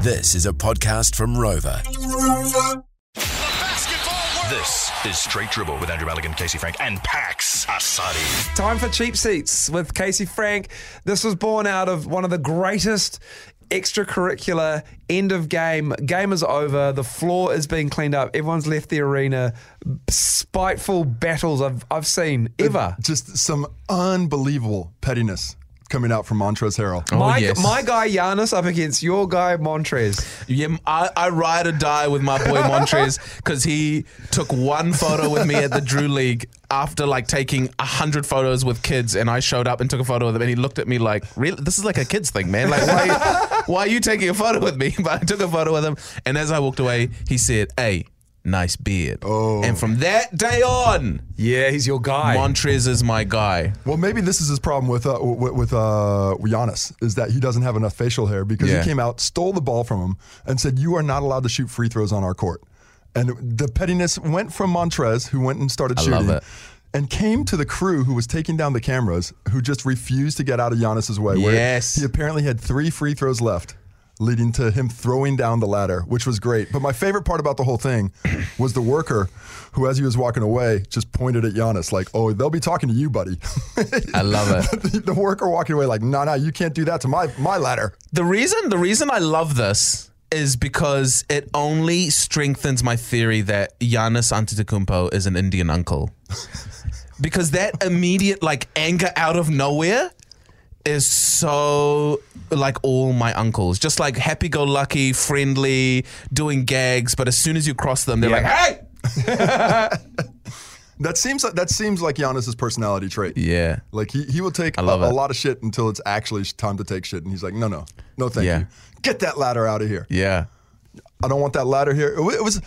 This is a podcast from Rover. This is Straight Dribble with Andrew Mulligan, Casey Frank, and Pax Asadi. Time for cheap seats with Casey Frank. This was born out of one of the greatest extracurricular end of game. Game is over. The floor is being cleaned up. Everyone's left the arena. Spiteful battles I've I've seen Ah. ever. Just some unbelievable pettiness coming out from Montrezl Harrell. my, Oh, yes. my guy Giannis up against your guy Montrez. Yeah, I, I ride or die with my boy Montrez because he took one photo with me at the Drew League after like taking a hundred photos with kids, and I showed up and took a photo with him, and he looked at me like, "Really? This is like a kids thing, man. Like, why, why are you taking a photo with me?" But I took a photo with him, and as I walked away, he said, "Hey, nice beard." Oh. And from that day on, Yeah, he's your guy. Montrez is my guy. Well, maybe this is his problem with uh, with, with uh, Giannis is that he doesn't have enough facial hair because Yeah. he came out, stole the ball from him, and said, "You are not allowed to shoot free throws on our court." And the pettiness went from Montrez, who went and started I shooting, love it. and came to the crew who was taking down the cameras, who just refused to get out of Giannis's way. where Yes. he apparently had three free throws left. Leading to him throwing down the ladder, which was great. But my favorite part about the whole thing was the worker who, as he was walking away, just pointed at Giannis, like, oh, they'll be talking to you, buddy. I love it. the, the worker walking away like, no, no, you can't do that to my my ladder. The reason the reason I love this is because it only strengthens my theory that Giannis Antetokounmpo is an Indian uncle. because that immediate like anger out of nowhere is so like all my uncles. Just like happy go lucky, friendly, doing gags, but as soon as you cross them they're like, "Ah!" "Hey!" That seems like that seems like Giannis's personality trait. Yeah. Like he, he will take a, love a it. lot of shit until it's actually sh- time to take shit, and he's like, no, no, no, thank Yeah. you. Get that ladder out of here. Yeah. I don't want that ladder here. It, wa- it was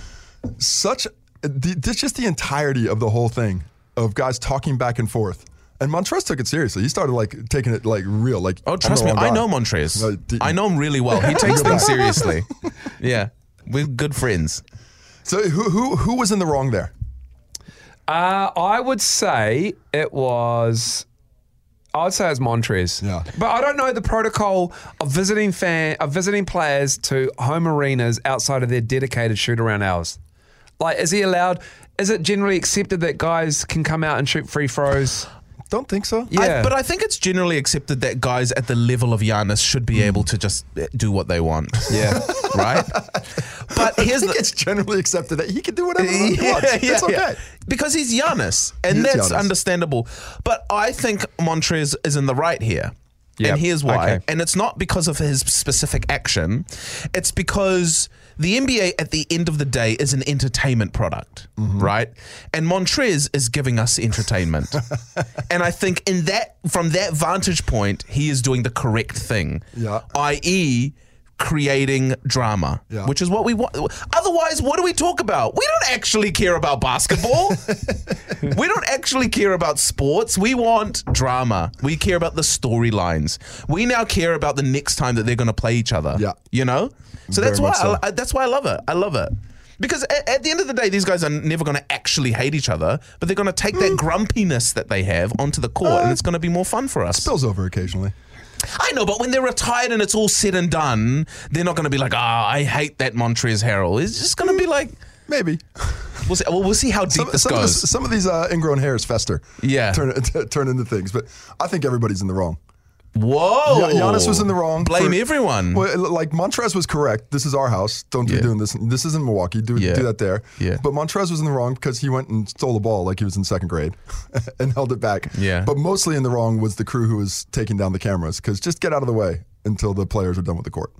such the, this just the entirety of the whole thing of guys talking back and forth. And Montrez took it seriously. He started like taking it like real. Like Oh, I'm trust the me, wrong I guy. know No, Montrez. d- I know him really well. He takes Go back. things seriously. Yeah. We're good friends. So who who who was in the wrong there? Uh, I would say it was. I would say it was Montrez. Yeah. But I don't know the protocol of visiting fan of visiting players to home arenas outside of their dedicated shoot around hours. Like, is he allowed? Is it generally accepted that guys can come out and shoot free throws? Don't think so. Yeah. I, but I think it's generally accepted that guys at the level of Giannis should Hmm. be able to just eh, do what they want. Yeah. right? But here's I think the. it's generally accepted that he can do whatever he Yeah, wants. yeah, it's okay. yeah. Because he's Giannis, and He is that's Giannis. understandable. But I think Montrez is in the right here. Yep. And here's why. Okay. And it's not because of his specific action, it's because the NBA at the end of the day is an entertainment product, Mm-hmm. right? And Montrez is giving us entertainment. and I think in that from that vantage point, he is doing the correct thing. Yeah. i.e. E, creating drama, Yeah. which is what we want. Otherwise, what do we talk about? We don't actually care about basketball. we don't actually care about sports. We want drama. We care about the storylines. We now care about the next time that they're going to play each other. Yeah. You know? So Very that's why much so. I, I- that's why I love it. I love it. Because at, at the end of the day, these guys are never going to actually hate each other, but they're going to take Mm. that grumpiness that they have onto the court, Uh, and it's going to be more fun for us. Spills over occasionally. I know, but when they're retired and it's all said and done, they're not going to be like, "Ah, I hate that Montrez Harrell." It's just going to be like, Maybe. "We'll see, well, we'll see how deep Some, this some of, goes." this, some of these uh, ingrown hairs fester. Yeah. Turn, turn into things. But I think everybody's in the wrong. Whoa, Gian- Giannis was in the wrong. Oh. Blame for- everyone. Well, like Montrez was correct. This is our house. Don't be Yeah. doing this. This isn't Milwaukee. Do, Yeah. do that there. Yeah. But Montrez was in the wrong because he went and stole the ball like he was in second grade and held it back. Yeah. But mostly in the wrong was the crew who was taking down the cameras because just get out of the way until the players are done with the court.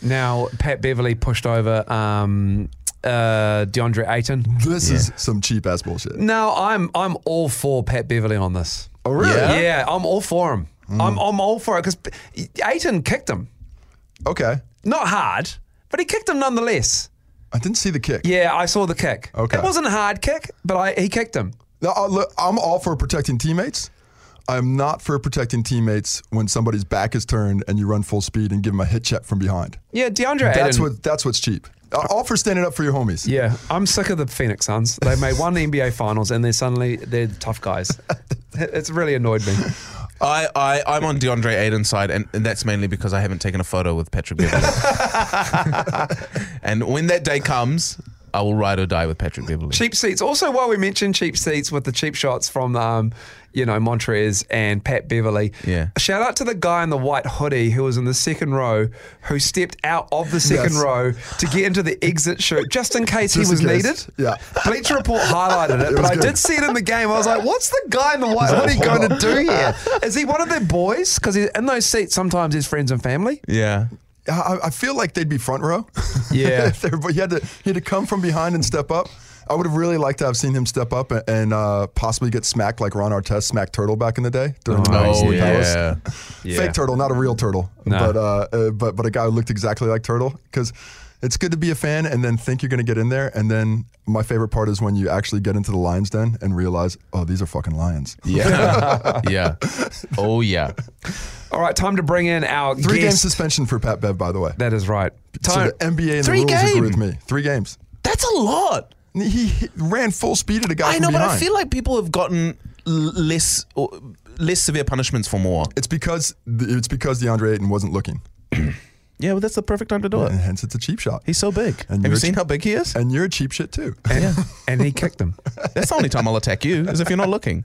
Now, Pat Beverly pushed over um, uh, DeAndre Ayton. This is some cheap ass bullshit. No, I'm I'm all for Pat Beverly on this. Oh, really? Mm. Yeah? Yeah, I'm all for him. I'm I'm all for it because Ayton kicked him. Okay. Not hard, but he kicked him nonetheless. I didn't see the kick. Yeah, I saw the kick. Okay. It wasn't a hard kick, but I, he kicked him. No, I- uh, look, I'm all for protecting teammates. I'm not for protecting teammates when somebody's back is turned and you run full speed and give them a hit check from behind. Yeah, DeAndre That's Ayton- what. That's what's cheap. I- All for standing up for your homies. Yeah, I'm sick of the Phoenix Suns. They made one NBA Finals and they're suddenly they're tough guys. It's really annoyed me. I, I, I'm on DeAndre Aiden's side, and, and that's mainly because I haven't taken a photo with Patrick Beverly. and when that day comes, I will ride or die with Patrick Beverly. Cheap seats. Also, while we mentioned cheap seats with the cheap shots from, um, you know, Montrez and Pat Beverly, Yeah. shout out to the guy in the white hoodie who was in the second row who stepped out of the second Yes. row to get into the exit chute just in case he Just was in case. needed. Yeah. Bleacher Report highlighted it, but was I good. did see it in the game. I was like, what's the guy in the white hoodie going to do here? Is he one of their boys? Because in those seats, sometimes his friends and family. Yeah. I, I feel like they'd be front row. Yeah. If they're- but he had to he had to come from behind and step up. I would have really liked to have seen him step up and, and uh, possibly get smacked like Ron Artest smacked Turtle back in the day during the Dynasty Oh, in Dallas. yeah. Fake turtle, not a real turtle, but uh, uh, but but a guy who looked exactly like turtle. Because it's good to be a fan and then think you're going to get in there, and then my favorite part is when you actually get into the lion's den and realize, oh, these are fucking lions. Yeah. yeah. Oh, yeah. All right, time to bring in our Three game guest. suspension for Pat Bev, by the way. That is right. so Time. the NBA and the Three rules agree game. with me. Three games. That's a lot. He hit- ran full speed at a guy. I from know, but I behind. feel like people have gotten l- less or less severe punishments for more. it's because it's because DeAndre Ayton wasn't looking, Yeah, well, that's the perfect time to do and it. hence it's a cheap shot. He's so big. And have you're- you seen how big he is? and you're a cheap shit too. and he kicked him. That's the only time I'll attack you is if you're not looking.